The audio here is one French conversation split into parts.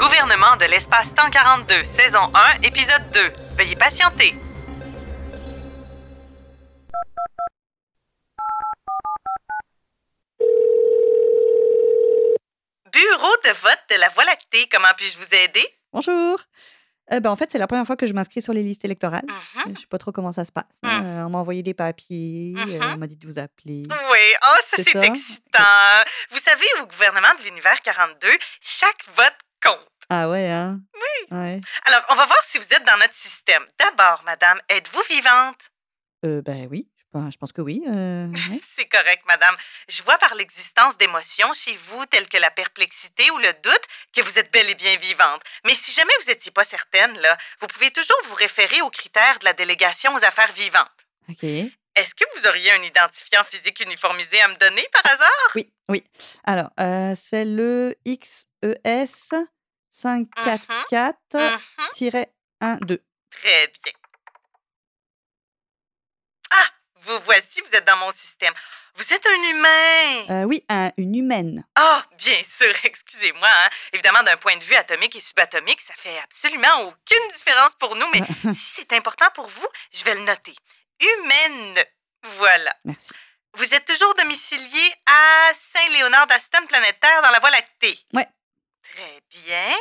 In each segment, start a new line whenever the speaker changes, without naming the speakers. enregistrement de l'espace 142, saison 1, épisode 2. Veuillez patienter. Bureau de vote de la Voie lactée, comment puis-je vous aider?
Bonjour. Euh, ben, en fait, c'est la première fois que je m'inscris sur les listes électorales.
Mhm.
Je sais pas trop comment ça se passe.
Mm.
Euh, on m'a envoyé des papiers, euh,
Mhm.
on m'a dit de vous appeler.
Oui, oh, ça
C'est
c'est
ça.
excitant. Vous savez, au gouvernement de l'univers 42, chaque vote compte.
Ah ouais, hein? Oui.
Alors, on va voir si vous êtes dans notre système. D'abord, madame, êtes-vous vivante?
Euh, ben oui, je pense, je pense que oui. euh, ouais.
C'est correct, madame. Je vois par l'existence d'émotions chez vous telles que la perplexité ou le doute que vous êtes bel et bien vivante. Mais si jamais vous n'étiez pas certaine, là, vous pouvez toujours vous référer aux critères de la délégation aux affaires vivantes.
OK.
Est-ce que vous auriez un identifiant physique uniformisé à me donner par hasard?
Oui, oui. Alors, euh, c'est le E XES 544-12.
Mhm. Très bien. Ah, vous voici, vous êtes dans mon système. Vous êtes un humain.
Euh, oui, un- une humaine.
Ah, bien sûr, excusez-moi. hein. Évidemment, d'un point de vue atomique et subatomique, ça fait absolument aucune différence pour nous, mais si c'est important pour vous, je vais le noter. Humaine. Voilà.
Merci.
Vous êtes toujours domicilié à Saint-Léonard d'Aston Planétaire dans la Voie lactée.
Ouais.
Très bien.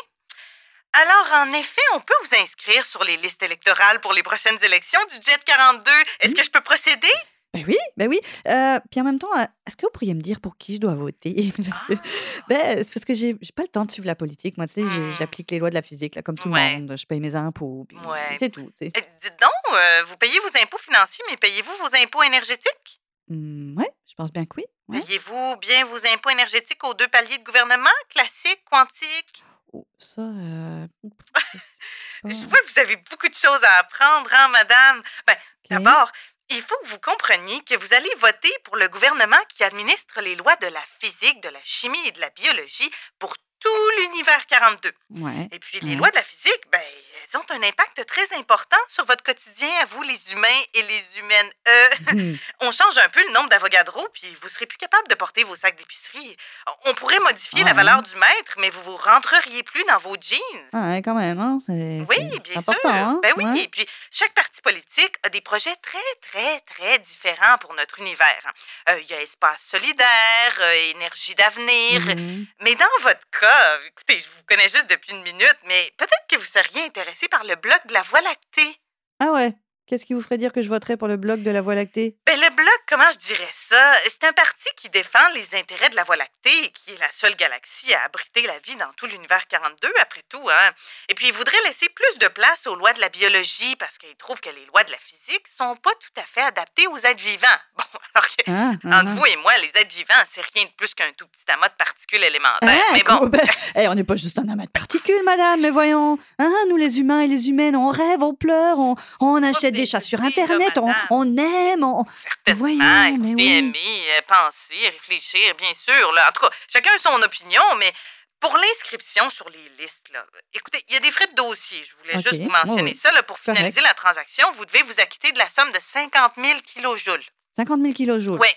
Alors, en effet, on peut vous inscrire sur les listes électorales pour les prochaines élections du Jet 42. Est-ce que je peux procéder?
Ben oui, ben oui. Euh, puis en même temps, euh, est-ce que vous pourriez me dire pour qui je dois voter Parce que- Ben, c'est parce que j'ai j'ai pas le temps de suivre la politique. Moi, tu sais, j'ai-
Hmm.
j'applique les lois de la physique, là, comme tout
Ouais.
le monde. Je paye mes impôts. puis
Ouais.
C'est tout, tu sais.
Euh, Dites donc, euh, vous payez vos impôts financiers, mais payez-vous vos impôts énergétiques?
Hmm, ouais, je pense bien que oui. ouais.
Payez-vous bien vos impôts énergétiques aux deux paliers de gouvernement, classique, quantique?
Oh, ça. euh, je
Hein? Je
sais pas.
vois que vous avez beaucoup de choses à apprendre, hein, madame? Ben,
Ok.
D'abord, il faut que vous compreniez que vous allez voter pour le gouvernement qui administre les lois de la physique, de la chimie et de la biologie pour tout l'univers 42.
Ouais.
Et puis, les
Ouais.
lois de la physique, ben, elles ont un impact très important sur votre quotidien, à vous, les humains et les humaines. Euh,
Hmm.
on change un peu le nombre d'avogadros, puis vous serez plus capable de porter vos sacs d'épicerie. On pourrait modifier la
Ouais.
valeur du mètre, mais vous vous rentreriez plus dans vos jeans.
Ah, ouais, quand même, hein, c'est
Oui,
c'est
bien
important,
sûr.
hein,
ben oui,
ouais.
et puis chaque parti politique a des projets très, très, très différents pour notre univers. Euh, Il y a espace solidaire, euh, énergie d'avenir.
Mhm.
Mais dans votre cas, écoutez, je vous connais juste depuis une minute, mais peut-être que vous seriez intéressé par le bloc de la Voie lactée.
Ah ouais. Qu'est-ce qui vous ferait dire que je voterais pour le bloc de la Voie lactée
Ben, le Bloc, comment je dirais ça? C'est un parti qui défend les intérêts de la Voie lactée et qui est la seule galaxie à abriter la vie dans tout l'univers 42, après tout. Hein? Et puis, il voudrait laisser plus de place aux lois de la biologie parce qu'il trouve que les lois de la physique sont pas tout à fait adaptées aux êtres vivants. Bon, alors que,
ah, ah,
entre
ah.
vous et moi, les êtres vivants, c'est rien de plus qu'un tout petit amas de particules élémentaires.
Ah,
Bah, mais bon,
cool. Ben, hey, on n'est pas juste un amas de particules, madame, mais voyons. Hein, nous, les humains et les humaines, on rêve, on pleure, on, on achète
Oh, c'est
des chats sur
joli, là,
Internet, on,
madame.
on aime. on-
certainement,
voyons, mais
écouter,
oui.
aimer, euh, penser, réfléchir, bien sûr. Là. En tout cas, chacun a son opinion, mais pour l'inscription sur les listes, là, écoutez, il y a des frais de dossier. Je voulais
Ok,
juste vous
oui,
mentionner
oui.
ça. là, pour
Correct.
finaliser la transaction, vous devez vous acquitter de la somme de 50 000 kilojoules.
50 000 kilojoules.
Oui.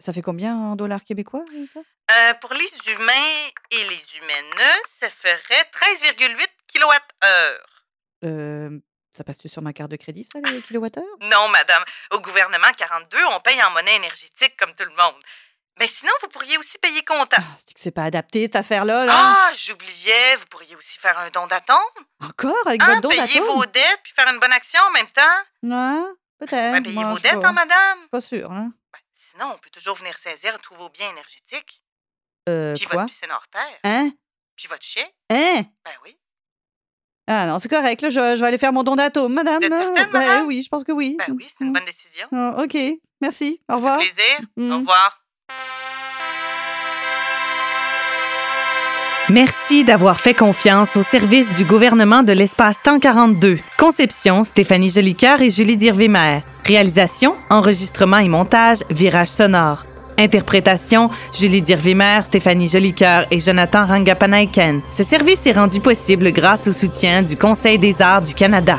Ça fait combien en dollars québécois, ça
Euh, pour les humains et les humaines, ça ferait 13,8 kWh.
euh, Ça passe-tu sur ma carte de crédit, ça, les kilowattheures
Non, madame. Au gouvernement 42, on paye en monnaie énergétique comme tout le monde. Mais sinon, vous pourriez aussi payer comptant.
Ah, C'est que c'est pas adapté, cette affaire-là. Là.
Ah, j'oubliais, vous pourriez aussi faire un don d'atome,
Encore Avec
hein,
votre don
payer
d'atome
vos dettes, puis faire une bonne action en même temps.
Ouais,
Ben,
peut-être.
payer
moi,
vos
je sais
dettes,
pas.
hein, madame.
Je suis pas sûre. Hein.
Ben, sinon, on peut toujours venir saisir tous vos biens énergétiques,
Euh,
puis
quoi
votre piscine hors terre,
Hein
puis votre chien.
Hein
Ben oui.
Ah non, c'est correct. Là, je, je vais aller faire mon don d'atome, madame.
Vous êtes certaine,
Ben
madame
oui, je pense que oui.
Ben oui, c'est une bonne décision.
Ah, ok, merci. Au
Au
revoir.
plaisir. Au
Mm.
revoir.
Merci d'avoir fait confiance au service du gouvernement de l'espace temps 42. Conception, Stéphanie Jolicoeur et Julie Dirvimer. Réalisation, enregistrement et montage, virage sonore. Interprétation, Julie Dirvimer, Stéphanie Jolicoeur et Jonathan Rangapanaiken. Ce service est rendu possible grâce au soutien du Conseil des arts du Canada.